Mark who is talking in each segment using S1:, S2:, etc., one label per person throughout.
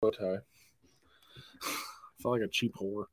S1: bow tie. I feel like a cheap whore.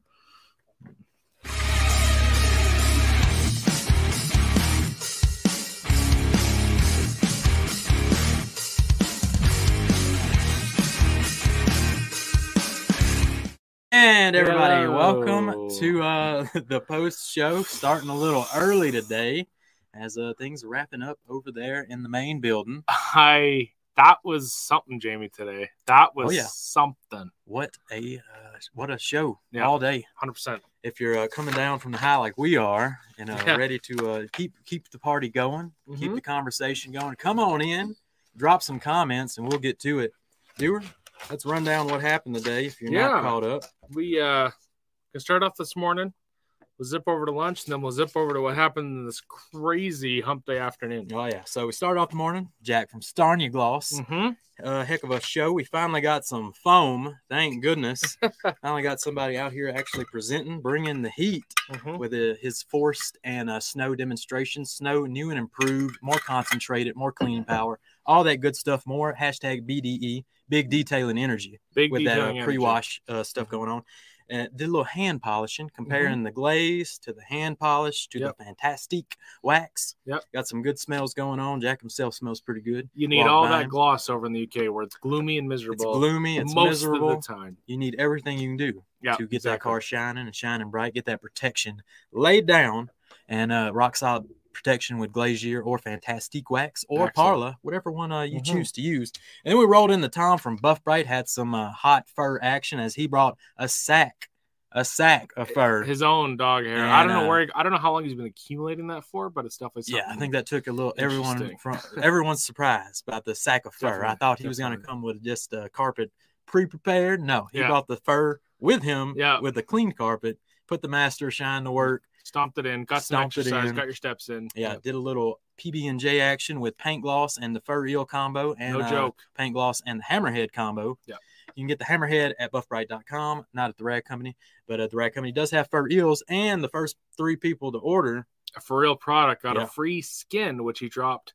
S2: And everybody, welcome
S1: Hello.
S2: to uh, the post show. Starting a little early today, as uh, things wrapping up over there in the main building.
S1: I that was something, Jamie. Today that was
S2: Oh, yeah.
S1: something.
S2: What a uh, what a show
S1: Yeah.
S2: all day.
S1: Hundred percent.
S2: If you're uh, coming down from the high like we are, and uh,
S1: Yeah.
S2: ready to uh, keep keep the party going, keep
S1: Mhm.
S2: the conversation going, come on in, drop some comments, and we'll get to it. Doer, let's run down what happened today. If you're
S1: Yeah.
S2: not caught up,
S1: We uh can start off this morning. We'll zip over to lunch, and then we'll zip over to what happened in this crazy hump day afternoon.
S2: oh yeah. So we start off the morning. Jack from Starnia Gloss.
S1: Mm-hmm.
S2: uh, heck of a show. We finally got some foam. Thank goodness. finally got somebody out here actually presenting, bringing the heat
S1: Mm-hmm.
S2: with uh his forced and uh, snow demonstration. Snow new and improved, more concentrated, more clean power, all that good stuff. More hashtag BDE, big detailing energy
S1: Big
S2: with that
S1: detailing
S2: uh,
S1: energy.
S2: pre-wash uh, stuff going on. Uh, did a little hand polishing, comparing the glaze to the hand polish to
S1: Mm-hmm. Yep.
S2: the fantastic wax.
S1: Yep.
S2: Got some good smells going on. Jack himself smells pretty good.
S1: You need
S2: walk
S1: all
S2: by
S1: that
S2: him.
S1: gloss over in the UK where it's gloomy and
S2: It's
S1: miserable.
S2: gloomy. It's
S1: most
S2: miserable.
S1: of the time.
S2: You need everything you can do
S1: Yeah,
S2: to get that
S1: exactly.
S2: car shining and shining bright, get that protection laid down and uh, rock solid protection with Glazier or Fantastique Wax or
S1: Excellent.
S2: Parla, whatever one uh, you
S1: Mhm.
S2: choose to use. And then we rolled in the Tom from Buff Bright, had some uh, hot fur action as he brought a sack, a sack of fur.
S1: His own dog hair. I
S2: And,
S1: don't know
S2: uh,
S1: where. I don't know how long he's been accumulating that for, but it's definitely something.
S2: yeah, I think that took a little everyone
S1: Interesting.
S2: from everyone's surprised about the sack of fur. I
S1: Definitely,
S2: thought he was going to
S1: definitely.
S2: come with just a carpet pre-prepared. No, he
S1: Yeah.
S2: brought the fur with him
S1: Yeah.
S2: with a clean carpet. Put the master shine to work.
S1: stomped it in, got some
S2: Stomped it
S1: exercise,
S2: in.
S1: got your steps in.
S2: Yeah, did a little PB and J action with paint gloss and the fur eel combo, and
S1: no
S2: uh,
S1: joke.
S2: paint gloss and the hammerhead combo.
S1: Yeah.
S2: You can get the hammerhead at buffbright.com, not at the rag company, but at the rag company does have fur eels, and the first three people to order.
S1: A for real product got
S2: Yeah.
S1: a free skin, which he dropped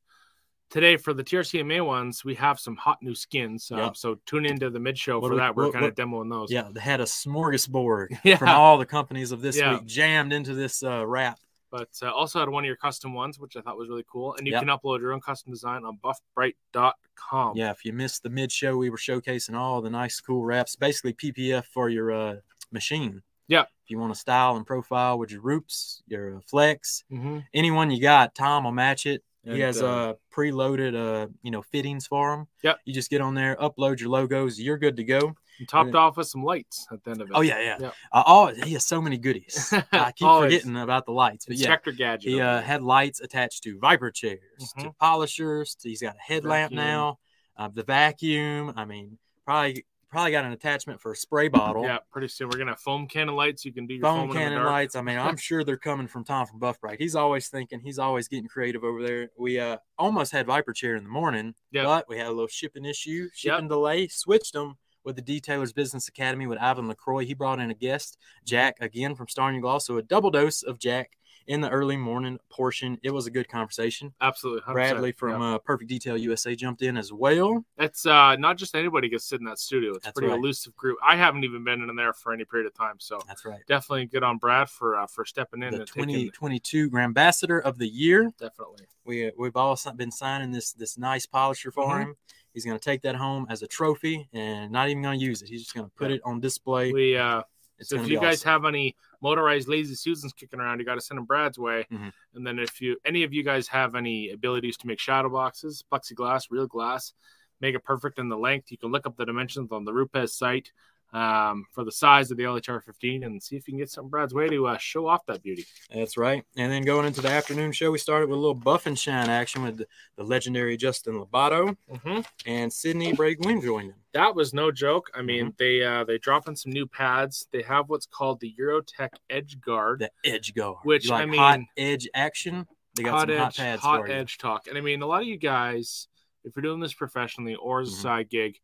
S1: today for the TRCMA ones. We have some hot new skins, um,
S2: Yeah.
S1: so tune into the mid show for
S2: What do we-
S1: that. We're
S2: what-
S1: kind of
S2: what-
S1: demoing those.
S2: Yeah, they had a smorgasbord
S1: Yeah.
S2: from all the companies of this
S1: Yeah.
S2: week jammed into this uh, wrap.
S1: but uh, also had one of your custom ones, which I thought was really cool. And you
S2: Yeah.
S1: can upload your own custom design on buffbright.com.
S2: Yeah, if you missed the mid show, we were showcasing all the nice, cool wraps, basically PPF for your uh, machine.
S1: Yeah.
S2: If you want to style and profile with your Roops, your uh, Flex,
S1: hmm
S2: anyone you got, Tom will match it.
S1: And,
S2: he has
S1: uh,
S2: uh, preloaded, uh, you know, fittings for them.
S1: Yep.
S2: You just get on there, upload your logos, you're good to go.
S1: And topped off with some lights at the end of it.
S2: Oh yeah, yeah.
S1: Yeah.
S2: Uh, oh, he has so many goodies. I keep
S1: Always.
S2: forgetting about the lights, but yeah,
S1: Inspector Gadget.
S2: he
S1: over
S2: uh,
S1: there.
S2: had lights attached to Viper chairs, to polishers. To, he's got a headlamp
S1: Vacuum.
S2: now, uh, the vacuum. I mean, probably probably got an attachment for a spray bottle,
S1: yeah, pretty soon we're gonna have foam cannon lights. You can do your
S2: foam
S1: foam, in the
S2: cannon
S1: dark.
S2: lights. I mean, I'm sure they're coming from Tom from Buff Bright. He's always thinking. He's always getting creative over there. We uh, almost had Viper chair in the morning,
S1: Yeah.
S2: but we had a little shipping issue, shipping delay. Switched them. With the Detailers Business Academy with Ivan LaCroix. He brought in a guest, Jack, again from Star New Gloss. So a double dose of Jack in the early morning portion. It was a good conversation.
S1: Absolutely, 100%.
S2: Bradley from uh, Perfect Detail USA jumped in as well.
S1: Yeah. It's uh, not just anybody gets to sit in that studio. It's a
S2: That's
S1: pretty
S2: right.
S1: elusive group. I haven't even been in there for any period of time, so
S2: That's right.
S1: definitely good on Brad for uh, for stepping in
S2: The
S1: and taking
S2: 2022 Grand Ambassador of the Year.
S1: definitely.
S2: We we've all si- been signing this this nice polisher for
S1: Mhm.
S2: him. He's going to take that home as a trophy and not even going to use it. He's just going to put
S1: Yeah.
S2: it on display.
S1: We uh,
S2: It's
S1: so
S2: going
S1: if
S2: to be
S1: you guys
S2: awesome.
S1: have any motorized lazy susans kicking around, you got to send them Brad's way.
S2: Mhm.
S1: And then if you any of you guys have any abilities to make shadow boxes, plexiglass, real glass, make it perfect in the length, you can look up the dimensions on the Rupes site. Um, for the size of the LHR 15, and see if you can get something Brad's way to uh, show off that beauty.
S2: That's right. And then going into the afternoon show, we started with a little buff and shine action with the, the legendary Justin Labato
S1: Mm-hmm.
S2: and Sydney Bragg Wynn joined them.
S1: that was no joke. I mean,
S2: Mm-hmm.
S1: they uh, they drop in some new pads. They have what's called the Eurotech Edge Guard.
S2: The edge guard,
S1: Which,
S2: You
S1: I
S2: like hot
S1: mean-
S2: edge action. They
S1: hot
S2: got some
S1: edge,
S2: hot pads for
S1: hot
S2: you.
S1: edge talk. And I mean, a lot of you guys, if you're doing this professionally or as a
S2: Mhm.
S1: side gig,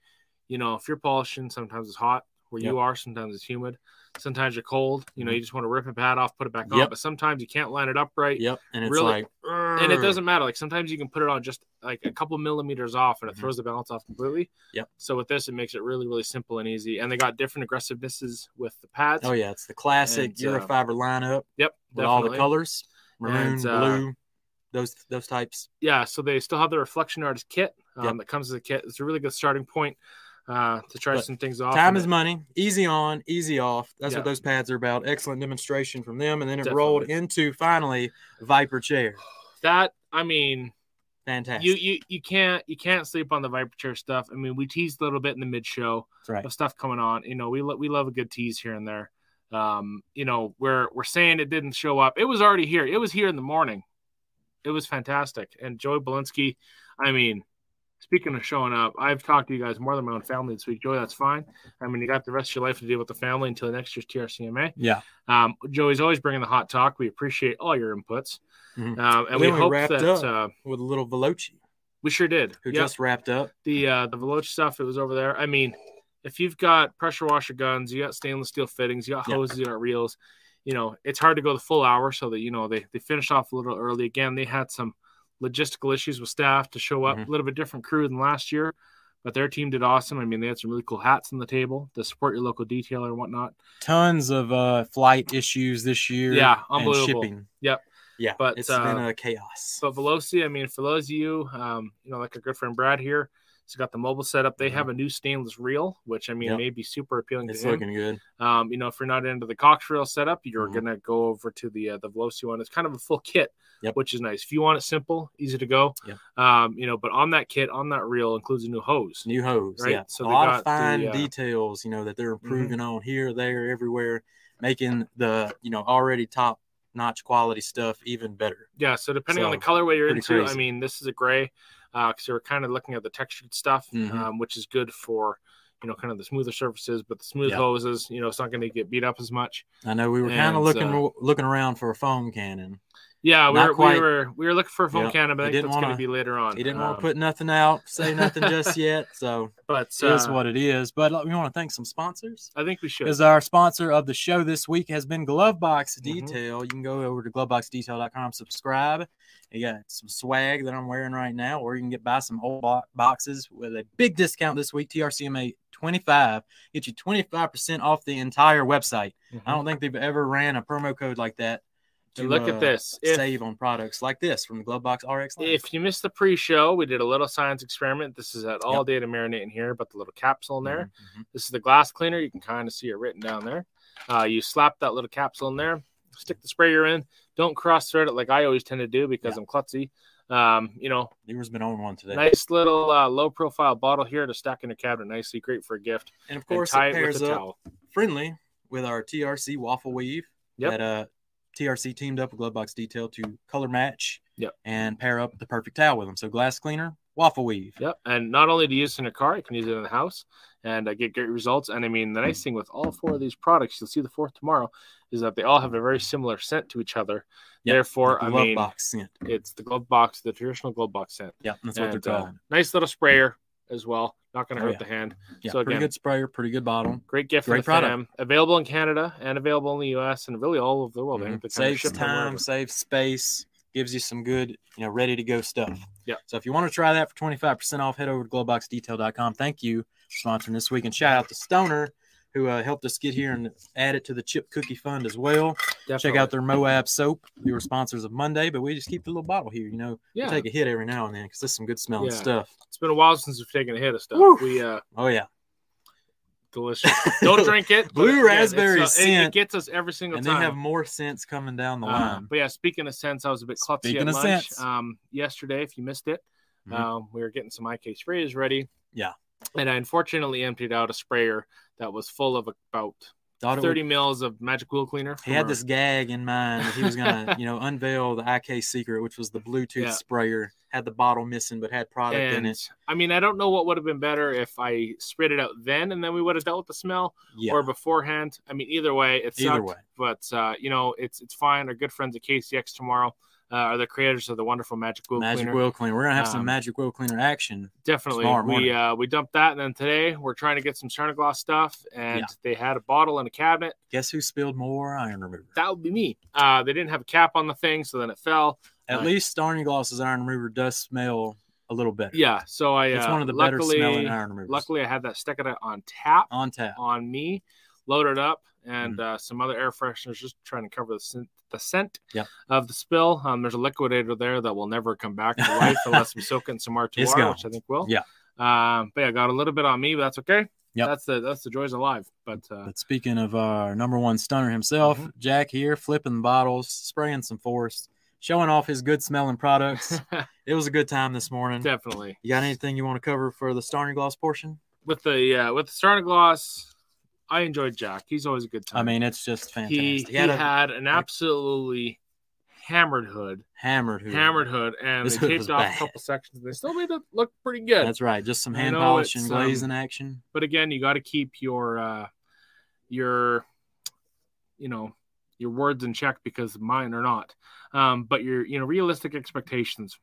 S1: you know, if you're polishing, sometimes it's hot. where
S2: Yep.
S1: you are. Sometimes it's humid. Sometimes you're cold. You know,
S2: Mhm.
S1: you just want to rip a pad off, put it back on.
S2: Yep.
S1: But sometimes you can't line it up right.
S2: Yep. And it's
S1: Really-
S2: like,
S1: And it doesn't matter. Like sometimes you can put it on just like a couple millimeters off and it
S2: Mhm.
S1: throws the balance off completely.
S2: Yep.
S1: So with this, it makes it really, really simple and easy. And they got different aggressivenesses with the pads.
S2: Oh yeah, it's the classic
S1: And, uh,
S2: Eurofiber lineup
S1: Yep.
S2: with all the
S1: definitely.
S2: colors, maroon,
S1: And, uh,
S2: blue, those those types.
S1: yeah, so they still have the reflection artist kit um,
S2: Yep.
S1: that comes as a kit. It's a really good starting point uh, to try
S2: But
S1: some things off.
S2: Time
S1: and
S2: is
S1: it-
S2: money. Easy on, easy off. That's
S1: Yeah.
S2: what those pads are about. Excellent demonstration from them, and then it rolled into finally Viper chair.
S1: that. I mean,
S2: Fantastic.
S1: you, you you can't you can't sleep on the Viper chair stuff. I mean, we teased a little bit in the mid show
S2: That's right.
S1: of stuff coming on. You know, we lo- we love a good tease here and there. Um, you know, we're we're saying it didn't show up. It was already here. It was here in the morning. It was fantastic. And Joey Belinsky, I mean, speaking of showing up, I've talked to you guys more than my own family this week. Joey, that's fine. I mean, you got the rest of your life to deal with the family until next year's TRCMA.
S2: Yeah.
S1: Um, Joey's always bringing the hot talk. We appreciate all your inputs,
S2: Mhm.
S1: um, and we
S2: Then we
S1: hope
S2: wrapped
S1: that
S2: up.
S1: uh,
S2: With a little Veloci
S1: we sure did.
S2: who
S1: Yep
S2: just wrapped up.
S1: the uh the Veloci stuff it was over there i mean if you've got pressure washer guns you got stainless steel fittings you got
S2: Yeah.
S1: hoses you got reels you know it's hard to go the full hour so that you know they they finished off a little early again they had some logistical issues with staff to show up
S2: Mhm.
S1: a little bit different crew than last year but their team did awesome i mean they had some really cool hats on the table to support your local detailer and whatnot
S2: Tons of uh, flight issues this year.
S1: Yeah,
S2: and
S1: unbelievable.
S2: shipping.
S1: Yep.
S2: Yeah,
S1: But,
S2: but it's
S1: uh,
S2: been a chaos.
S1: So Veloci, I mean, for those of you, um, you know, like our good friend Brad here, he's got the mobile setup. They have a new stainless reel, which I mean,
S2: Yep.
S1: may be super appealing
S2: Mm-hmm. It's
S1: to him.
S2: looking good.
S1: Um, you know, if you're not into the Cox rail setup, you're
S2: Mhm.
S1: gonna go over to the uh, the Veloci one. It's kind of a full kit,
S2: Yep.
S1: which is nice. If you want it simple, easy to go,
S2: Yep.
S1: um, you know, but on that kit, on that reel includes a new hose.
S2: New hose.
S1: Right,
S2: Yeah.
S1: so
S2: a
S1: they
S2: lot of
S1: got
S2: fine
S1: the, uh, Mm-hmm.
S2: details, you know, that they're improving on here, there, everywhere, making the, you know, already top notch quality stuff even better.
S1: Yeah, so depending on the
S2: So,
S1: colorway you're
S2: pretty
S1: into, I
S2: crazy.
S1: mean, this is a gray, because we're kind of looking at the textured stuff,
S2: Mhm.
S1: um, which is good for. You know, kind of the smoother surfaces, but the smooth
S2: Yeah.
S1: hoses, you know, it's not going to get beat up as much.
S2: I know we were kind
S1: And,
S2: of looking
S1: uh,
S2: looking around for a foam cannon.
S1: Yeah, we
S2: Not
S1: were, we
S2: quite.
S1: were we were looking for a foam
S2: Yeah,
S1: cannon, but I
S2: he
S1: think
S2: didn't
S1: that's going to
S2: wanna-
S1: be later on.
S2: He didn't want
S1: Um,
S2: to put nothing out, say nothing just yet. So
S1: but
S2: it is
S1: uh,
S2: what it is. But look, we want to thank some sponsors.
S1: I think we should.
S2: Because our sponsor of the show this week has been Glovebox
S1: Mhm.
S2: Detail. You can go over to gloveboxdetail.com, subscribe. You got some swag that I'm wearing right now, or you can get buy some old bo- boxes with a big discount this week. TRCMA 25 get you 25% off the entire website.
S1: Mhm.
S2: I don't think they've ever ran a promo code like that.
S1: And look
S2: uh,
S1: at this. If,
S2: save on products like this from the Glovebox RX line.
S1: if you missed the pre-show, we did a little science experiment. This is at all day to marinate in here, but the little capsule in there.
S2: Mhm.
S1: This is the glass cleaner. You can kind of see it written down there. Uh, you slap that little capsule in there, stick the sprayer in. Don't cross thread it like I always tend to do because
S2: Yeah.
S1: I'm klutzy. Um, you know,
S2: Lever's mm-hmm. been on one today.
S1: nice little uh, low profile bottle here to stack in your cabinet nicely. Great for a gift.
S2: And of
S1: And
S2: course,
S1: tie
S2: it
S1: it with
S2: pairs
S1: a
S2: up
S1: towel.
S2: friendly with our TRC waffle weave
S1: Yep.
S2: that uh, TRC teamed up with Glovebox Detail to color match
S1: Yep.
S2: and pair up the perfect towel with them. So glass cleaner, waffle weave.
S1: Yep. And not only do you use it in a car, you can use it in the house and uh, get great results. And I mean, the nice thing with all four of these products, you'll see the fourth tomorrow, is that they all have a very similar scent to each other.
S2: Yep,
S1: Therefore,
S2: the
S1: I
S2: glove
S1: mean,
S2: box scent.
S1: it's the glove box, the traditional glove box scent.
S2: Yeah, that's what they're
S1: And, uh,
S2: called.
S1: nice little sprayer as well. Not going to
S2: Oh,
S1: hurt
S2: yeah.
S1: the hand.
S2: Yeah,
S1: so
S2: pretty
S1: again-
S2: good sprayer, pretty good bottle.
S1: Great gift for
S2: Great
S1: the
S2: product.
S1: fam. Available in Canada and available in the U.S. and really all over the world. I think
S2: Mhm.
S1: they Mm-hmm. kinda
S2: Saves
S1: ship them wherever.
S2: time, saves space, gives you some good, you know, ready to go stuff.
S1: Mm-hmm. Yeah.
S2: So if you want to try that for 25% off, head over to glowboxdetail.com. Thank you for sponsoring this week. And shout out to Stoner, who uh, helped us get here and add it to the Chip Cookie Fund as well. Check
S1: Definitely.
S2: out their Moab soap. They were sponsors of Monday, but we just keep the little bottle here. You know,
S1: Yeah.
S2: we take a hit every now and then because there's some good smelling
S1: Yeah.
S2: stuff.
S1: It's been a while since we've taken a hit of stuff.
S2: Woo.
S1: We, uh,
S2: Oh, yeah.
S1: delicious. Don't drink it. but
S2: Blue
S1: again, it's,
S2: raspberry
S1: uh, it- It,
S2: scent.
S1: gets us every single
S2: And they
S1: time.
S2: have more scents coming down the
S1: Uh,
S2: line.
S1: but yeah, speaking of sense, I was a bit klutzy
S2: Speaking
S1: at
S2: of
S1: lunch
S2: sense.
S1: um, yesterday. If you missed it,
S2: Mhm.
S1: um, we were getting some IK sprays ready.
S2: Yeah.
S1: and I unfortunately emptied out a sprayer that was full of about
S2: Thought it would
S1: thirty mils of magic wheel cleaner.
S2: He
S1: from
S2: had
S1: our-
S2: this gag in mind that he was gonna, you know, unveil the IK secret, which was the Bluetooth
S1: Yeah.
S2: sprayer. Had the bottle missing, but had product in
S1: And
S2: it.
S1: I mean, I don't know what would have been better if I sprayed it out then, and then we would have dealt with the smell,
S2: Yeah,
S1: or beforehand. I mean, either way, it's
S2: either way,
S1: but uh, you know, it's it's fine. Our good friends at KCX tomorrow. uh, are the creators of the wonderful Magic Wheel
S2: magic
S1: Cleaner.
S2: wheel cleaner. We're gonna have some
S1: Um,
S2: magic wheel cleaner action.
S1: Definitely,
S2: Tomorrow
S1: we
S2: morning.
S1: uh, we dumped that, and then today we're trying to get some Chernogloss stuff, and
S2: Yeah.
S1: they had a bottle and a cabinet.
S2: Guess who spilled more iron remover?
S1: That would be me. Uh, they didn't have a cap on the thing, so then it fell.
S2: At
S1: Uh,
S2: least Starny Gloss's iron remover does smell a little better.
S1: Yeah, so I.
S2: it's
S1: uh,
S2: one of the better
S1: luckily,
S2: smelling iron removers.
S1: Luckily, I had that stuck it on tap
S2: on tap.
S1: on me, loaded up, and
S2: Mm.
S1: uh, some other air fresheners just trying to cover the scent, the scent
S2: Yep.
S1: of the spill. Um, there's a liquidator there that will never come back to life unless we soak it in some
S2: It's
S1: R2R,
S2: gone.
S1: which I think will.
S2: Yeah.
S1: Um, but yeah, got a little bit on me, but that's okay.
S2: Yep.
S1: That's the that's the joys of life. But uh,
S2: But speaking of our number one stunner himself,
S1: Mhm.
S2: Jack here flipping the bottles, spraying some forest, showing off his good smelling products. it was a good time this morning.
S1: definitely
S2: You got anything you want to cover for the Starny Gloss portion?
S1: with the uh, with the Starnagloss, I enjoyed Jack. He's always a good time.
S2: I mean, it's just fantastic.
S1: he
S2: He,
S1: he
S2: had
S1: had,
S2: a
S1: an absolutely hammered hood,
S2: hammered hood.
S1: hammered hood, and
S2: This
S1: they
S2: hood
S1: taped
S2: was
S1: off
S2: bad.
S1: a couple sections. And they still made it look pretty good.
S2: That's right. Just some
S1: I
S2: hand
S1: know
S2: polish and
S1: it's, um,
S2: glazing action.
S1: but again you got to keep your uh your you know your words in check because mine are not um but your you know realistic expectations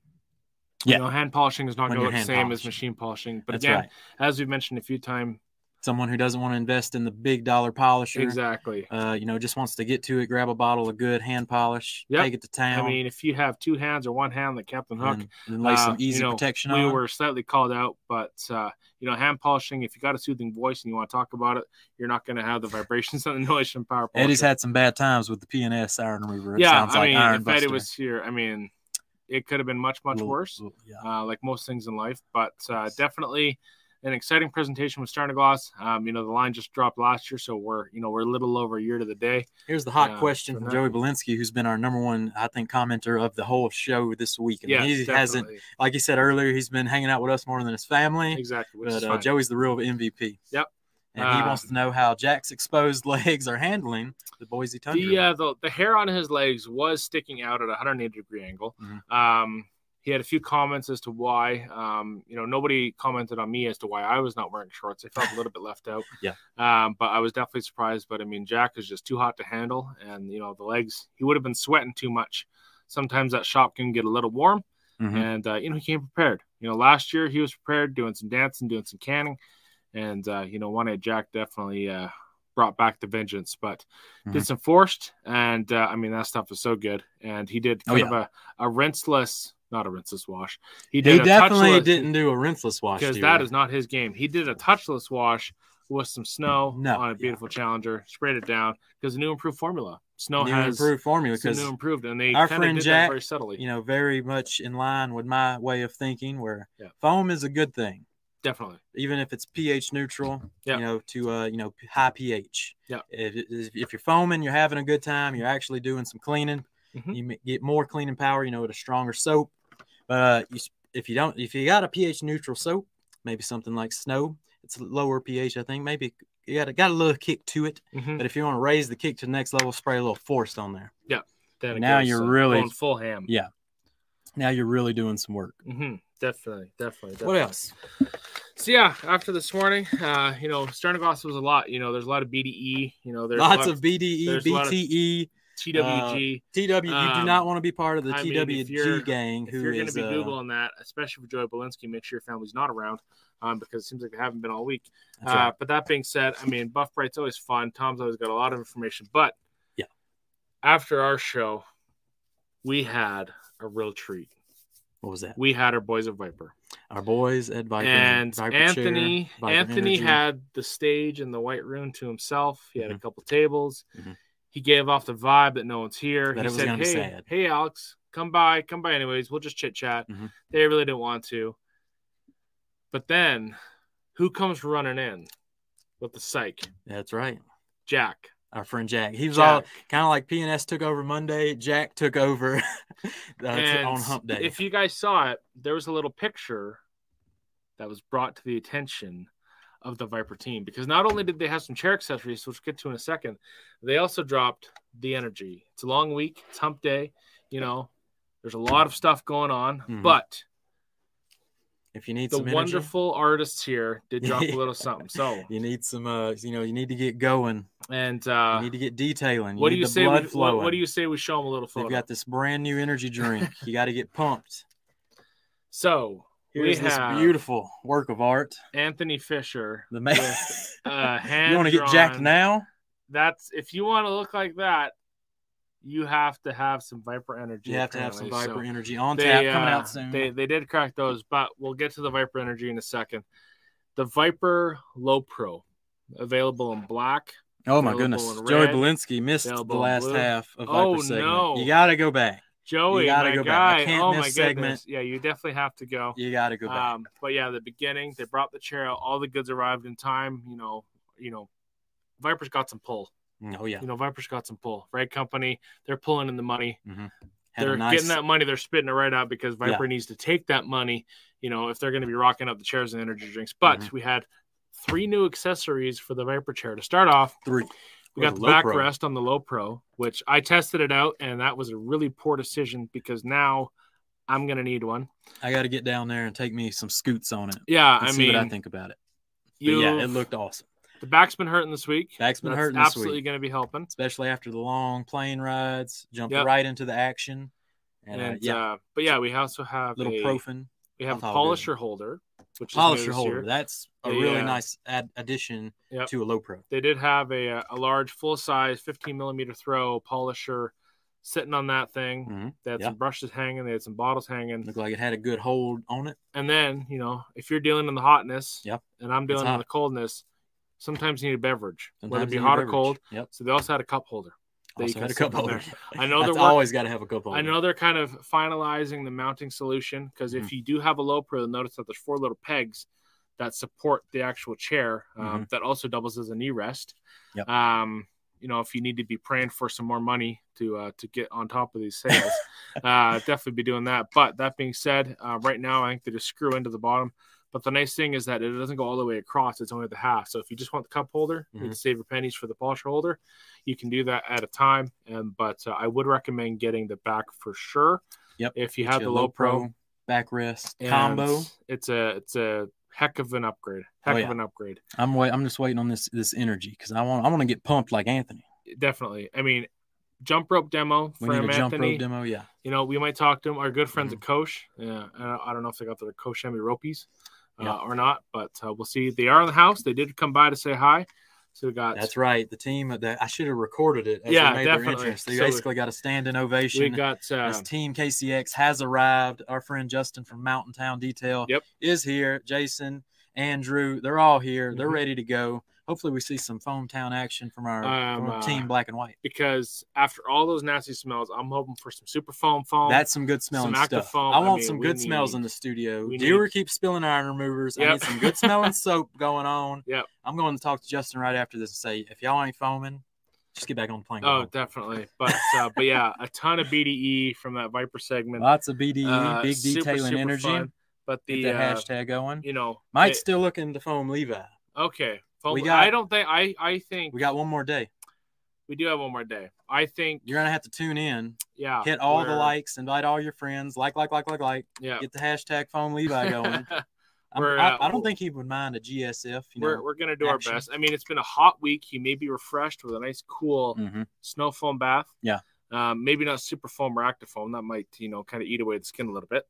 S2: Yeah.
S1: you know hand polishing is not
S2: When
S1: going to
S2: you're
S1: look the
S2: hand
S1: same as
S2: polishing.
S1: machine polishing but
S2: That's
S1: again
S2: right.
S1: as we've mentioned a few times
S2: Someone who doesn't want to invest in the big dollar polisher.
S1: exactly
S2: Uh, you know, just wants to get to it, grab a bottle of good hand polish,
S1: Yep.
S2: take it to town.
S1: i mean if you have two hands or one hand like captain hook
S2: and, and lay
S1: uh,
S2: some
S1: you
S2: easy
S1: know,
S2: protection
S1: we
S2: on. it.
S1: were slightly called out, but uh, you know, hand polishing. If you got a soothing voice and you want to talk about it, you're not going to have the vibrations and the noise from power. polishing.
S2: Eddie's had some bad times with the PNS iron remover. It
S1: yeah,
S2: sounds
S1: I
S2: like
S1: mean,
S2: iron
S1: if Eddie
S2: buster.
S1: was here, I mean, it could have been much, much
S2: Little-
S1: worse,
S2: little- yeah.
S1: uh, like most things in life. But uh, definitely an exciting presentation with Starnagloss. Um, you know, the line just dropped last year, so we're you know we're a little over a year to the day.
S2: Here's the hot
S1: Yeah,
S2: question
S1: so
S2: from
S1: that-
S2: Joey Belinsky, who's been our number one, I think, commenter of the whole show this week. I mean,
S1: Yeah,
S2: he hasn't,
S1: definitely.
S2: like he said earlier, he's been hanging out with us more than his family.
S1: exactly. Which
S2: But
S1: is
S2: uh,
S1: fine.
S2: Joey's the real MVP.
S1: Yep.
S2: And he
S1: Um,
S2: wants to know how Jack's exposed legs are handling the Boise Tundra.
S1: the, uh, the the hair on his legs was sticking out at a 180 degree angle.
S2: Mhm.
S1: Um, he had a few comments as to why. Um, you know, nobody commented on me as to why I was not wearing shorts. I felt a little bit left out.
S2: Yeah.
S1: Um, but I was definitely surprised. But I mean, Jack is just too hot to handle, and you know, the legs. He would have been sweating too much. Sometimes that shop can get a little warm,
S2: Mhm.
S1: and uh, you know, he came prepared. You know, last year he was prepared, doing some dancing, doing some canning, and uh, you know, one eyed Jack definitely uh, brought back the vengeance. But
S2: Mhm.
S1: did some forced, and uh, I mean that stuff was so good. And he did
S2: Oh,
S1: kind of a a rinseless, not a rinseless wash. He
S2: He
S1: did a
S2: definitely
S1: touchless,
S2: didn't do a rinseless wash.
S1: because
S2: dude.
S1: that is not his game. He did a touchless wash with some snow
S2: No,
S1: on a
S2: yeah.
S1: beautiful Challenger, sprayed it down because the new improved formula. Snow
S2: new
S1: has
S2: improved formula
S1: it's the
S2: because
S1: new improved, and they
S2: our
S1: kind
S2: friend
S1: of did
S2: Jack,
S1: that very subtly.
S2: you know, very much in line with my way of thinking, where
S1: Yeah.
S2: foam is a good thing,
S1: Definitely,
S2: even if it's pH neutral.
S1: Yeah.
S2: You know, to uh, you know, high pH.
S1: Yeah.
S2: If, if- if you're foaming, you're having a good time. You're actually doing some cleaning.
S1: Mhm.
S2: You m- get more cleaning power. You know, with a stronger soap. But uh, you, s- if you don't, if you got a pH neutral soap, maybe something like Snow, it's lower pH. I think maybe you got got a little kick to it.
S1: Mhm.
S2: But if you want to raise the kick to the next level, spray a little forced on there.
S1: Then it
S2: now
S1: goes,
S2: you're
S1: uh,
S2: really-
S1: going full ham.
S2: Yeah. Now you're really doing some work.
S1: hmm Definitely, definitely, definitely.
S2: What else?
S1: So yeah, after this morning, uh, you know, Sternagos was a lot. You know, there's a lot of BDE. You know, there's
S2: Lots
S1: a lot
S2: of E, BDE,
S1: there's a lot of-
S2: BTE,
S1: TWG.
S2: TW. You do
S1: Um,
S2: not want to be part of the
S1: I mean, if
S2: TWG
S1: you're-
S2: gang.
S1: if
S2: who
S1: you're going
S2: is
S1: to be
S2: uh,
S1: googling that, especially for Joey Belinsky, make sure your family's not around, um, because it seems like they haven't been all week.
S2: that's
S1: Uh,
S2: right.
S1: But that being said, I mean, Buff Bright's always fun. Tom's always got a lot of information. But
S2: Yeah.
S1: after our show, we had a real treat.
S2: What was that?
S1: We had our boys of Viper,
S2: Our boys at Viper
S1: and
S2: Viper Chair,
S1: Anthony.
S2: Viper
S1: Anthony
S2: Energy.
S1: had the stage and the white room to himself. He had a
S2: Mhm.
S1: couple tables.
S2: Mhm.
S1: He gave off the vibe that no one's here. he
S2: That it was
S1: said,
S2: gonna
S1: "Hey,
S2: be sad."
S1: hey, Alex, come by, come by, anyways. We'll just chit chat."
S2: Mhm.
S1: They really didn't want to. But then, who comes running in with the psych?
S2: That's right.
S1: Jack.
S2: Our friend Jack. He was all
S1: Jack.
S2: kind of like PNS took over Monday. Jack took over uh, t- on Hump Day.
S1: If you guys saw it, there was a little picture that was brought to the attention of the Viper team because not only did they have some chair accessories, which we'll get to in a second, they also dropped the energy. It's a long week, it's hump day, you know, there's a lot of stuff going on,
S2: Mhm.
S1: but
S2: If you Mm-hmm. need
S1: The
S2: some energy,
S1: wonderful artists here did drop a
S2: Yeah.
S1: little something. So
S2: you need some uh, you know, you need to get going.
S1: and
S2: You
S1: uh,
S2: need to get detailing. You
S1: what do
S2: need
S1: you
S2: the
S1: say?
S2: blood
S1: We, what,
S2: flowing.
S1: what do you say? We show them a little photo.
S2: They've got this brand new energy drink. you got to get pumped.
S1: so We
S2: Here's this
S1: have-
S2: beautiful work of art.
S1: Anthony Fisher,
S2: The man.
S1: uh, hand
S2: you want to get jacked now?
S1: That's if you want to look like that, you have to have some Viper energy.
S2: You have to have some
S1: apparently. So-
S2: Viper energy on
S1: they,
S2: tap coming
S1: uh,
S2: out soon.
S1: They they did crack those, but we'll get to the Viper Energy in a second. The Viper Low Pro, available in black.
S2: oh my
S1: available
S2: goodness,
S1: in
S2: Joey
S1: red,
S2: Belinsky missed the
S1: available in
S2: last
S1: blue.
S2: half of Viper
S1: Oh,
S2: segment.
S1: no.
S2: You got to go back.
S1: Joey,
S2: gotta
S1: my
S2: go back.
S1: guy.
S2: I can't
S1: oh
S2: miss
S1: my
S2: segment.
S1: goodness. Yeah, you definitely have to go.
S2: You got to go back.
S1: Um, but yeah, the beginning, they brought the chair out. All the goods arrived in time. You know, you know, Viper's got some pull.
S2: oh yeah,
S1: You know, Viper's got some pull. Right company, they're pulling in the money.
S2: had
S1: they're
S2: a nice.
S1: getting that money. They're spitting it right out because Viper needs to take that money. You know, if they're going to be rocking up the chairs and energy drinks. But
S2: Mhm.
S1: we had three new accessories for the Viper chair. To start off,
S2: three.
S1: we
S2: Or
S1: got the,
S2: the low pro.
S1: backrest on the low pro, which I tested it out, and that was a really poor decision because now I'm going to need one.
S2: I got to get down there and take me some scoots on it.
S1: Yeah,
S2: And
S1: I
S2: see
S1: mean,
S2: what I think about it. But
S1: you
S2: yeah, it looked awesome.
S1: the back's been hurting this week.
S2: Back's been
S1: That's
S2: hurting this
S1: absolutely
S2: week,
S1: going to be helping.
S2: especially after the long plane rides. Jumped
S1: Yep.
S2: right into the action, and,
S1: And,
S2: uh, yeah,
S1: uh, but yeah, we also have
S2: little
S1: a
S2: profin
S1: we have a
S2: That's all good.
S1: polisher holder, which is new
S2: polisher
S1: this
S2: holder.
S1: year.
S2: That's a
S1: The,
S2: really
S1: uh,
S2: nice ad- addition
S1: Yep.
S2: to a low pro.
S1: they did have a uh, a large full size 15 millimeter throw polisher sitting on that thing.
S2: Mhm.
S1: They had
S2: Yeah. Mm-hmm.
S1: some brushes hanging, they had some bottles hanging,
S2: Looked like it had a good hold on it.
S1: and then you know if you're dealing in the hotness,
S2: Yep.
S1: and I'm dealing in
S2: hot.
S1: the coldness, sometimes you need a beverage, whether
S2: Sometimes
S1: it be
S2: you need
S1: hot or
S2: beverage.
S1: cold.
S2: Yep.
S1: So they also had a cup holder. that you
S2: Also
S1: can
S2: had a
S1: sip
S2: cup
S1: on
S2: holder.
S1: I know
S2: That's
S1: they're work-
S2: always got to have a cup holder.
S1: I know they're kind of finalizing the mounting solution because if you do have a low pro, notice that there's four little pegs that support the actual chair um, that also doubles as a knee rest.
S2: Yep.
S1: Um, you know, if you need to be praying for some more money to uh, to get on top of these sales, uh, definitely be doing that. But that being said, uh, right now I think they just screw into the bottom. But the nice thing is that it doesn't go all the way across; it's only at the half. So if you just want the cup holder, you can
S2: Mhm.
S1: save your pennies for the polisher holder you can do that at a time. And but uh, I would recommend getting the back for sure.
S2: Yep.
S1: If you
S2: Get
S1: have
S2: you
S1: the
S2: a
S1: low pro
S2: backrest
S1: and
S2: combo.
S1: it's a it's a heck of an upgrade. Heck
S2: Oh,
S1: of
S2: yeah.
S1: an upgrade.
S2: I'm wait. I'm just waiting on this this energy because I want I want to get pumped like Anthony.
S1: Definitely. I mean, jump rope demo
S2: We
S1: for
S2: need a
S1: him,
S2: jump
S1: Anthony.
S2: rope Mm-hmm. demo. Yeah.
S1: you know, we might talk to him. Our good friends at Coach. Yeah, I don't- I don't know if they got their Coach Emmy Ropies uh,
S2: Yeah.
S1: or not, but uh, we'll see. They are in the house. They did come by to say hi. So we got
S2: That's right. The team that I should have recorded it. As
S1: Yeah,
S2: they made
S1: definitely.
S2: Their entrance. They
S1: So-
S2: basically got a standing ovation.
S1: we got uh,
S2: This team KCX has arrived. Our friend Justin from Mountain Town Detail
S1: Yep.
S2: is here. Jason, Andrew, they're all here. They're
S1: Mhm.
S2: ready to go. Hopefully, we see some foam town action from our,
S1: Um,
S2: from our
S1: uh,
S2: team, black and white.
S1: because after all those nasty smells, I'm hoping for some super foam foam.
S2: That's some good smelling
S1: some
S2: stuff.
S1: Actifoam.
S2: I
S1: I
S2: want
S1: mean,
S2: some
S1: we
S2: good smells in
S1: need-
S2: the studio.
S1: we
S2: Dealer
S1: need-
S2: keeps spilling iron removers. I
S1: Yep.
S2: need some good smelling soap going on.
S1: Yep.
S2: I'm going to talk to Justin right after this and say, if y'all ain't foaming, just get back on the plane.
S1: Oh, definitely. But uh, but yeah, a ton of BDE from that Viper segment.
S2: Lots of BDE,
S1: Uh,
S2: E, big
S1: super,
S2: detailing
S1: super
S2: energy.
S1: fun. But
S2: Get
S1: the,
S2: the
S1: uh,
S2: hashtag going.
S1: you know,
S2: Mike's
S1: it-
S2: still looking to foam Levi.
S1: okay. Foam,
S2: We got-
S1: I don't think I I think
S2: We
S1: we,
S2: got one more day.
S1: do have one more day. I think
S2: You're gonna have to tune in,
S1: yeah.
S2: hit all the
S1: we're-
S2: likes, invite all your friends, like, like, like, like, like.
S1: Yeah.
S2: Get the hashtag foam Levi going. I'm-
S1: We're,
S2: I,
S1: uh,
S2: I don't think he would mind a GSF. You
S1: we're
S2: know.
S1: we're gonna do our
S2: action.
S1: best. I mean, it's been a hot week. You may be refreshed with a nice cool
S2: Mhm.
S1: snow foam bath.
S2: Yeah.
S1: Um, maybe not super foam or actifoam. That might, you know, kind of eat away the skin a little bit.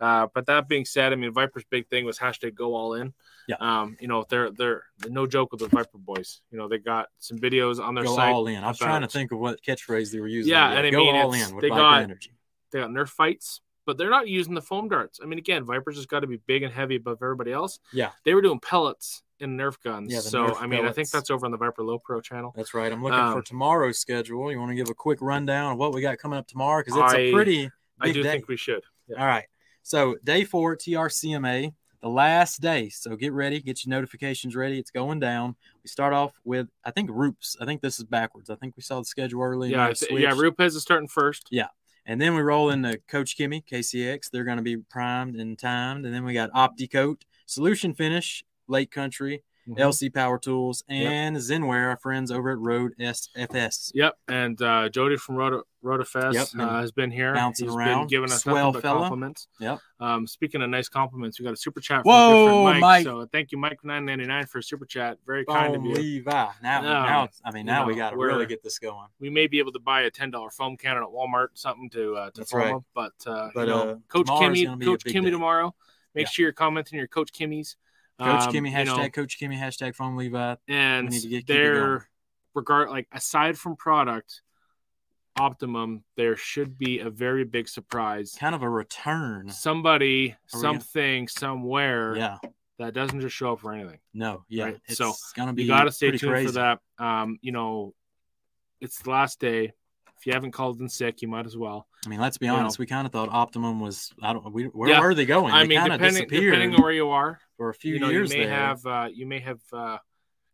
S1: Uh, but that being said, I mean, Viper's big thing was hashtag go all in.
S2: Yeah.
S1: Um, you know, they're, they're, no joke with the Viper boys. You know, they got some videos on their
S2: Go
S1: site.
S2: all in. I was
S1: about-
S2: trying to think of what catchphrase they were using.
S1: Yeah, and I
S2: go
S1: mean,
S2: all
S1: it's-
S2: in with
S1: they
S2: Viper
S1: got-
S2: energy.
S1: They got Nerf fights, but they're not using the foam darts. I mean, again, Viper's just got to be big and heavy above everybody else.
S2: Yeah.
S1: They were doing pellets and Nerf guns.
S2: Yeah, the
S1: so,
S2: Nerf
S1: I mean, I think
S2: pellets.
S1: that's over on the Viper Low Pro channel.
S2: That's right. I'm looking
S1: Um,
S2: for tomorrow's schedule. You want to give a quick rundown of what we got coming up tomorrow because it's a
S1: I-
S2: pretty.
S1: I
S2: Big
S1: do
S2: day.
S1: think we should. Yeah.
S2: All right. So day four, TRCMA, the last day. So get ready, get your notifications ready. It's going down. We start off with I think Roops. I think this is backwards. I think we saw the schedule early. and
S1: Yeah.
S2: then
S1: I
S2: it
S1: th- yeah.
S2: switched.
S1: Rupes is starting first.
S2: And then we roll into Coach Kimmy, KCX. They're going to be primed and timed. And then we got Opti Coat, Solution Finish, Lake Country,
S1: Mhm.
S2: LC Power Tools,
S1: Yep.
S2: and Zenware, our friends over at Road SFS.
S1: Yep, and uh, Jody from Rota Rotafest
S2: Yep,
S1: uh, has been here,
S2: bouncing
S1: He's been
S2: around.
S1: giving us
S2: Swell
S1: nothing but
S2: fella.
S1: compliments.
S2: Yep.
S1: Um, speaking of nice compliments, we got a super chat. From
S2: Whoa,
S1: a different Mike,
S2: Mike. Oh,
S1: So thank you, Mike nine ninety nine, for a super chat. Very kind
S2: Boom,
S1: of you.
S2: Levi. Now,
S1: No,
S2: now, I mean, now
S1: no,
S2: we got to
S1: we're-
S2: really get this going.
S1: We may be able to buy a ten dollar foam cannon at Walmart, something to uh, to
S2: That's
S1: foam
S2: right.
S1: up. But, uh,
S2: But,
S1: you know,
S2: uh,
S1: Coach
S2: tomorrow's gonna
S1: Kimmy,
S2: be a
S1: Coach
S2: big
S1: Kimmy
S2: day.
S1: tomorrow. Make
S2: Yeah.
S1: sure you're commenting your Coach Kimmy's.
S2: Coach
S1: Um,
S2: Kimmy
S1: you
S2: hashtag
S1: know,
S2: Coach Kimmy hashtag Foam Levi.
S1: and
S2: We need to get- keep it going.
S1: there regard like aside from product optimum there should be a very big surprise
S2: Kind of a return.
S1: somebody
S2: gonna-
S1: something somewhere
S2: Yeah.
S1: that doesn't just show up for anything
S2: No. Yeah.
S1: Right,
S2: It's
S1: so
S2: gonna be
S1: you got to stay
S2: pretty
S1: tuned
S2: crazy.
S1: for that um you know it's the last day if you haven't called in sick you might as well
S2: I mean, let's be
S1: You know.
S2: honest. We kind of thought Optimum was. I don't. We, where
S1: Yeah.
S2: were they going?
S1: i
S2: They
S1: mean
S2: kinda
S1: depending,
S2: disappeared
S1: depending on where you are
S2: for a few
S1: you know you
S2: years
S1: may
S2: there.
S1: have uh you may have uh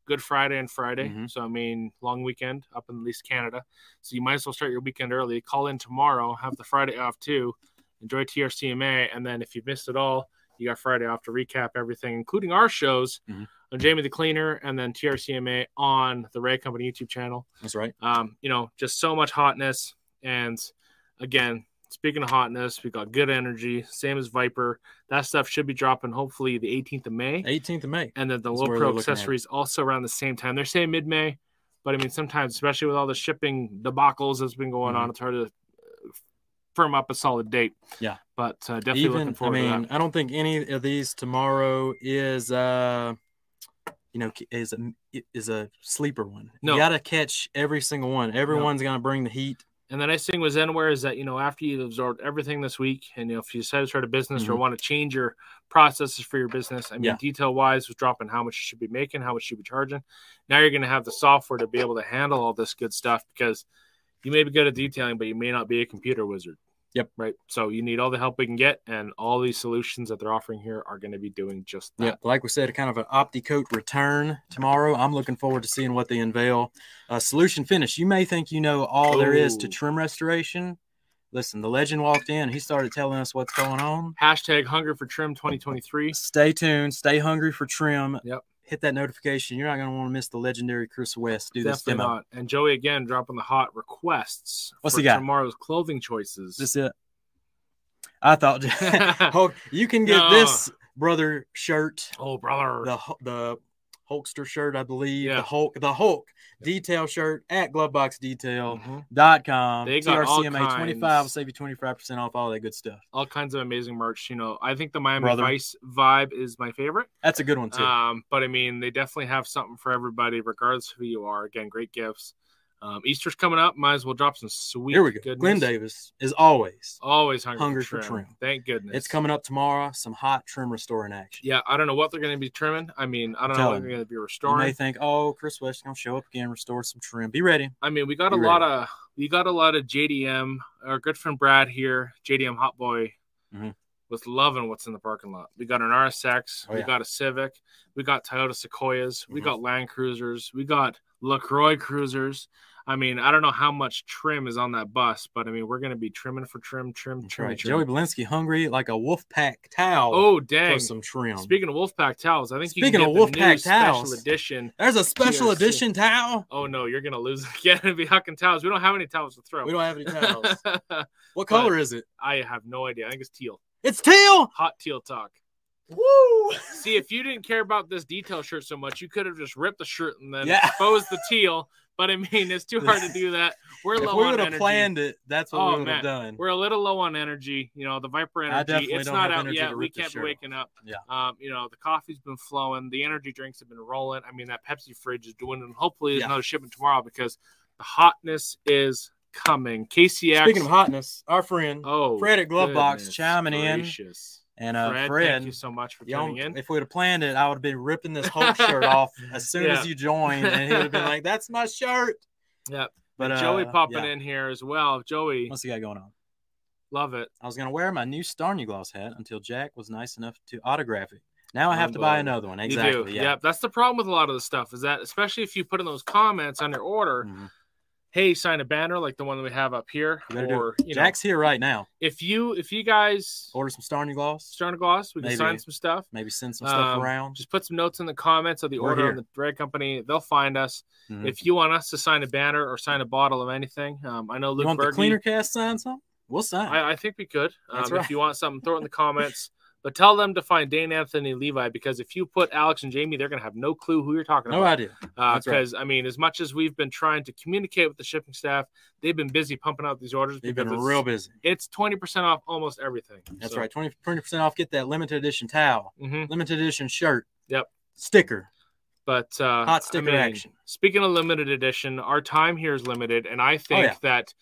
S1: good friday and friday
S2: Mhm.
S1: so i mean long weekend up in at least canada so you might as well start your weekend early call in tomorrow have the friday off too enjoy trcma and then if you missed it all you got friday off to recap everything including our shows
S2: Mhm.
S1: on jamie the cleaner and then trcma on the ray company youtube channel
S2: That's right.
S1: um, you know, just so much hotness. And again, speaking of hotness, we got good energy, same as Viper. That stuff should be dropping hopefully the 18th of May.
S2: 18th of May.
S1: And then the
S2: That's
S1: low
S2: where they're
S1: pro
S2: looking at.
S1: accessories also around the same time. They're saying mid May, but I mean, sometimes, especially with all the shipping debacles that's been going
S2: Mm-hmm.
S1: on, it's hard to uh, firm up a solid date.
S2: Yeah.
S1: But uh, definitely looking
S2: Even I
S1: forward to
S2: mean,
S1: that.
S2: I don't think any of these tomorrow is uh, you know, is a is a sleeper one.
S1: No.
S2: You got to catch every single one. Everyone's gonna bring the heat.
S1: And the nice thing with Zenware is that, you know, after you've absorbed everything this week, and you know, if you decide to start a business or
S2: Mhm.
S1: want to change your processes for your business, I mean,
S2: Yeah.
S1: detail wise was dropping how much you should be making, how much you should be charging. Now you're going to have the software to be able to handle all this good stuff because you may be good at detailing, but you may not be a computer wizard.
S2: Yep.
S1: Right. So you need all the help we can get, and all these solutions that they're offering here are going to be doing just that.
S2: Yeah, like we said, kind of an OptiCoat return tomorrow. I'm looking forward to seeing what they unveil. Uh, solution finish. You may think you know all there is to
S1: Ooh.
S2: trim restoration. Listen, the legend walked in. He started telling us what's going on.
S1: Hashtag hunger for trim 2023.
S2: Stay tuned. Stay hungry for trim.
S1: Yep.
S2: Hit that notification. You're not going to want to miss the legendary Chris West do this
S1: Definitely
S2: demo.
S1: not. And Joey again dropping the hot requests
S2: What's
S1: for
S2: he got?
S1: tomorrow's clothing choices.
S2: That's it. I thought Hulk, you can get
S1: No.
S2: this brother shirt,
S1: oh, brother.
S2: the Hu- the Hulkster shirt, I believe.
S1: Yeah.
S2: The Hulk, the Hulk detail shirt at Glovebox Detail.
S1: Mhm.
S2: dot com.
S1: They got all
S2: TRCMA twenty five will
S1: kinds.
S2: save you twenty five percent off all that good stuff.
S1: All kinds of amazing merch. You know, I think the Miami
S2: Brother.
S1: Vice vibe is my favorite.
S2: That's a good one too.
S1: Um, but I mean, they definitely have something for everybody, regardless of who you are. Again, great gifts. Um, Easter's coming up. Might as well drop some sweet.
S2: Here we go.
S1: goodness.
S2: Glenn Davis is always.
S1: Always hungry,
S2: Hungry
S1: for,
S2: for
S1: trim.
S2: trim.
S1: Thank goodness.
S2: It's coming up tomorrow. Some hot trim restoring action.
S1: Yeah, I don't know what they're going to be trimming. I mean, I don't know
S2: Tell
S1: what
S2: them.
S1: they're going to be
S2: You
S1: restoring.
S2: may think, oh, Chris West gonna show up again, restore some trim. Be ready.
S1: I mean, we got a
S2: You're
S1: lot of we got a lot of JDM. Our good friend Brad here, JDM Hot Boy,
S2: Mhm.
S1: was loving what's in the parking lot. We got an RSX,
S2: Oh,
S1: we
S2: yeah.
S1: got a Civic, we got Toyota Sequoias, we
S2: Mhm.
S1: got Land Cruisers, we got Lacroix Cruisers. I mean, I don't know how much trim is on that bus, but I mean, we're gonna be trimming for trim, trim,
S2: That's
S1: trim,
S2: right.
S1: trim.
S2: Joey Belinsky hungry like a wolf pack towel
S1: oh
S2: for
S1: dang!
S2: some trim.
S1: Speaking of Wolfpack towels, I think you
S2: Speaking
S1: can
S2: of
S1: get the new
S2: Wolfpack
S1: special
S2: towels.
S1: edition.
S2: There's a special
S1: TRC.
S2: edition towel.
S1: Oh no, you're gonna lose again and be hucking towels. We don't have any towels to throw.
S2: We don't have any towels. what
S1: But-
S2: color is it?
S1: I have no idea. I think it's teal.
S2: It's teal.
S1: Hot teal talk.
S2: Woo!
S1: See, if you didn't care about this detail shirt so much, you could have just ripped the shirt and then
S2: Yeah.
S1: exposed the teal. But I mean, it's too hard to do that. We're
S2: If we
S1: low on
S2: would have
S1: energy.
S2: planned it, that's what
S1: Oh,
S2: we would
S1: man.
S2: have done.
S1: We're a little low on energy. You know, the Viper energy,
S2: definitely
S1: it's
S2: don't
S1: not out
S2: have energy
S1: yet.
S2: to
S1: We
S2: rip the
S1: can't be
S2: shirt off.
S1: waking up.
S2: Yeah.
S1: Um, you know, the coffee's been flowing. The energy drinks have been rolling. I mean, that Pepsi fridge is doing, and hopefully there's
S2: Yeah.
S1: another shipment tomorrow because the hotness is coming. KCX.
S2: Speaking of hotness, our friend
S1: oh,
S2: Fred at Glovebox
S1: goodness
S2: chiming in,
S1: gracious.
S2: and uh, Fred,
S1: Fred, thank you so much for
S2: y'all-
S1: tuning in.
S2: if we'd have planned it, I would have been ripping this whole shirt off as soon
S1: Yeah.
S2: as you joined, and he would have been like, "That's my shirt."
S1: Yep.
S2: But
S1: Joey
S2: uh,
S1: popping
S2: yeah.
S1: in here as well. Joey,
S2: What's he got going on?
S1: love it.
S2: I was gonna wear my new Starny Gloss hat until Jack was nice enough to autograph it. Now I have to buy
S1: Unbelievable.
S2: another one.
S1: Oh, You
S2: Exactly.
S1: do.
S2: Yeah.
S1: Yep. That's the problem with a lot of the stuff is that, especially if you put in those comments on your order,
S2: Mhm.
S1: hey, sign a banner like the one that we have up here,
S2: You better do
S1: or you know,
S2: Jack's here right now.
S1: if you if you guys
S2: Order some Star New Gloss.
S1: start a gloss, we can
S2: Maybe.
S1: sign some stuff.
S2: Maybe send some stuff
S1: Um,
S2: around.
S1: Just put some notes in the comments of the
S2: We're
S1: order on
S2: here.
S1: the bread company. They'll find us.
S2: Mhm.
S1: If you want us to sign a banner or sign a bottle of anything, um, I know
S2: you
S1: Luke
S2: want the
S1: Berge.
S2: cleaner cast sign something? We'll sign.
S1: I, I think we could. Um,
S2: Uh, That's
S1: If
S2: right.
S1: you want something, throw it in the comments. But tell them to find Dane Anthony Levi because if you put Alex and Jamie, they're going to have no clue who you're talking
S2: no
S1: about. Uh,
S2: idea. that's right.
S1: Because I mean, as much as we've been trying to communicate with the shipping staff, they've been busy pumping out these orders.
S2: They've
S1: because
S2: been
S1: it's-
S2: real busy.
S1: It's twenty percent off almost everything.
S2: That's right. 20 percent off. Get that limited edition towel,
S1: hmm
S2: limited edition shirt.
S1: Yep.
S2: Sticker.
S1: But uh,
S2: Hot sticker
S1: I mean,
S2: action.
S1: Speaking of limited edition, our time here is limited, and I think
S2: Oh, yeah.
S1: that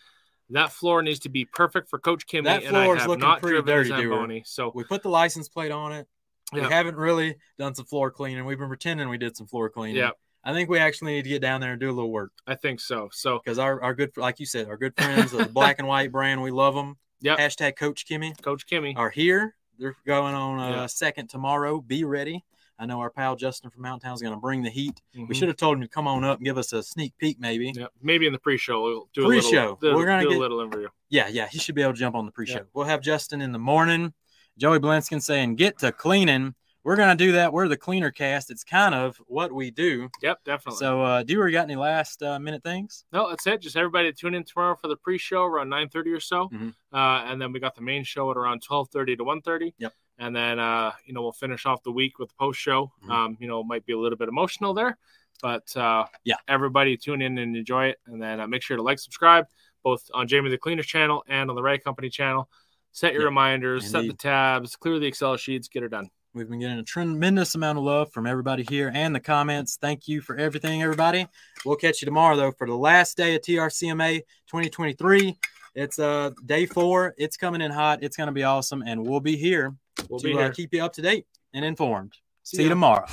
S1: that floor needs to be perfect for Coach Kimmy.
S2: That
S1: and I
S2: floor is
S1: have
S2: looking
S1: not
S2: pretty
S1: driven a
S2: dirty, dude.
S1: Zamboni, so
S2: We put the license plate on it.
S1: Yeah.
S2: We haven't really done some floor cleaning. We've been pretending we did some floor cleaning.
S1: yeah,
S2: I think we actually need to get down there and do a little work
S1: I think so. So
S2: because our, our good, like you said, our good friends of the black and white brand, we love them.
S1: Yep.
S2: Hashtag Coach Kimmy
S1: Coach Kimmy,
S2: are here. They're going on uh,
S1: Yeah.
S2: second tomorrow. Be ready. I know our pal Justin from Mountain Town is going to bring the heat. We
S1: mhm.
S2: should have told him to come on up and give us a sneak peek, maybe.
S1: Yeah, maybe in the pre-show we'll do a little.
S2: Pre-show.
S1: do-
S2: We're gonna
S1: do a
S2: get-
S1: little interview.
S2: Yeah, yeah, he should be able to jump on the pre-show. We'll have Justin in the morning. Joey Blinskin saying, "Get to cleaning." We're gonna do that. We're the cleaner cast. It's kind of what we do.
S1: Yep, definitely.
S2: So, uh, do we got any last uh, minute things?
S1: no, that's it. Just everybody tune in tomorrow for the pre-show around nine thirty or so,
S2: Mhm.
S1: uh, and then we got the main show at around twelve thirty to one thirty.
S2: Yep.
S1: And then uh, you know we'll finish off the week with the post-show.
S2: Mhm.
S1: Um, you know, it might be a little bit emotional there, but uh,
S2: Yeah.
S1: everybody tune in and enjoy it, and then uh, make sure to like, subscribe, both on Jamie the Cleaner channel and on the Ray Company channel. Set your
S2: Yeah,
S1: reminders, set the
S2: indeed.
S1: tabs, clear the Excel sheets, get her done.
S2: We've been getting a tremendous amount of love from everybody here and the comments. Thank you for everything, everybody. We'll catch you tomorrow though for the last day of TRCMA 2023. It's uh day four. It's coming in hot. It's gonna be awesome, and we'll be here
S1: We'll
S2: to
S1: be
S2: uh,
S1: here.
S2: keep you up to date and informed. See
S1: ya.
S2: you tomorrow.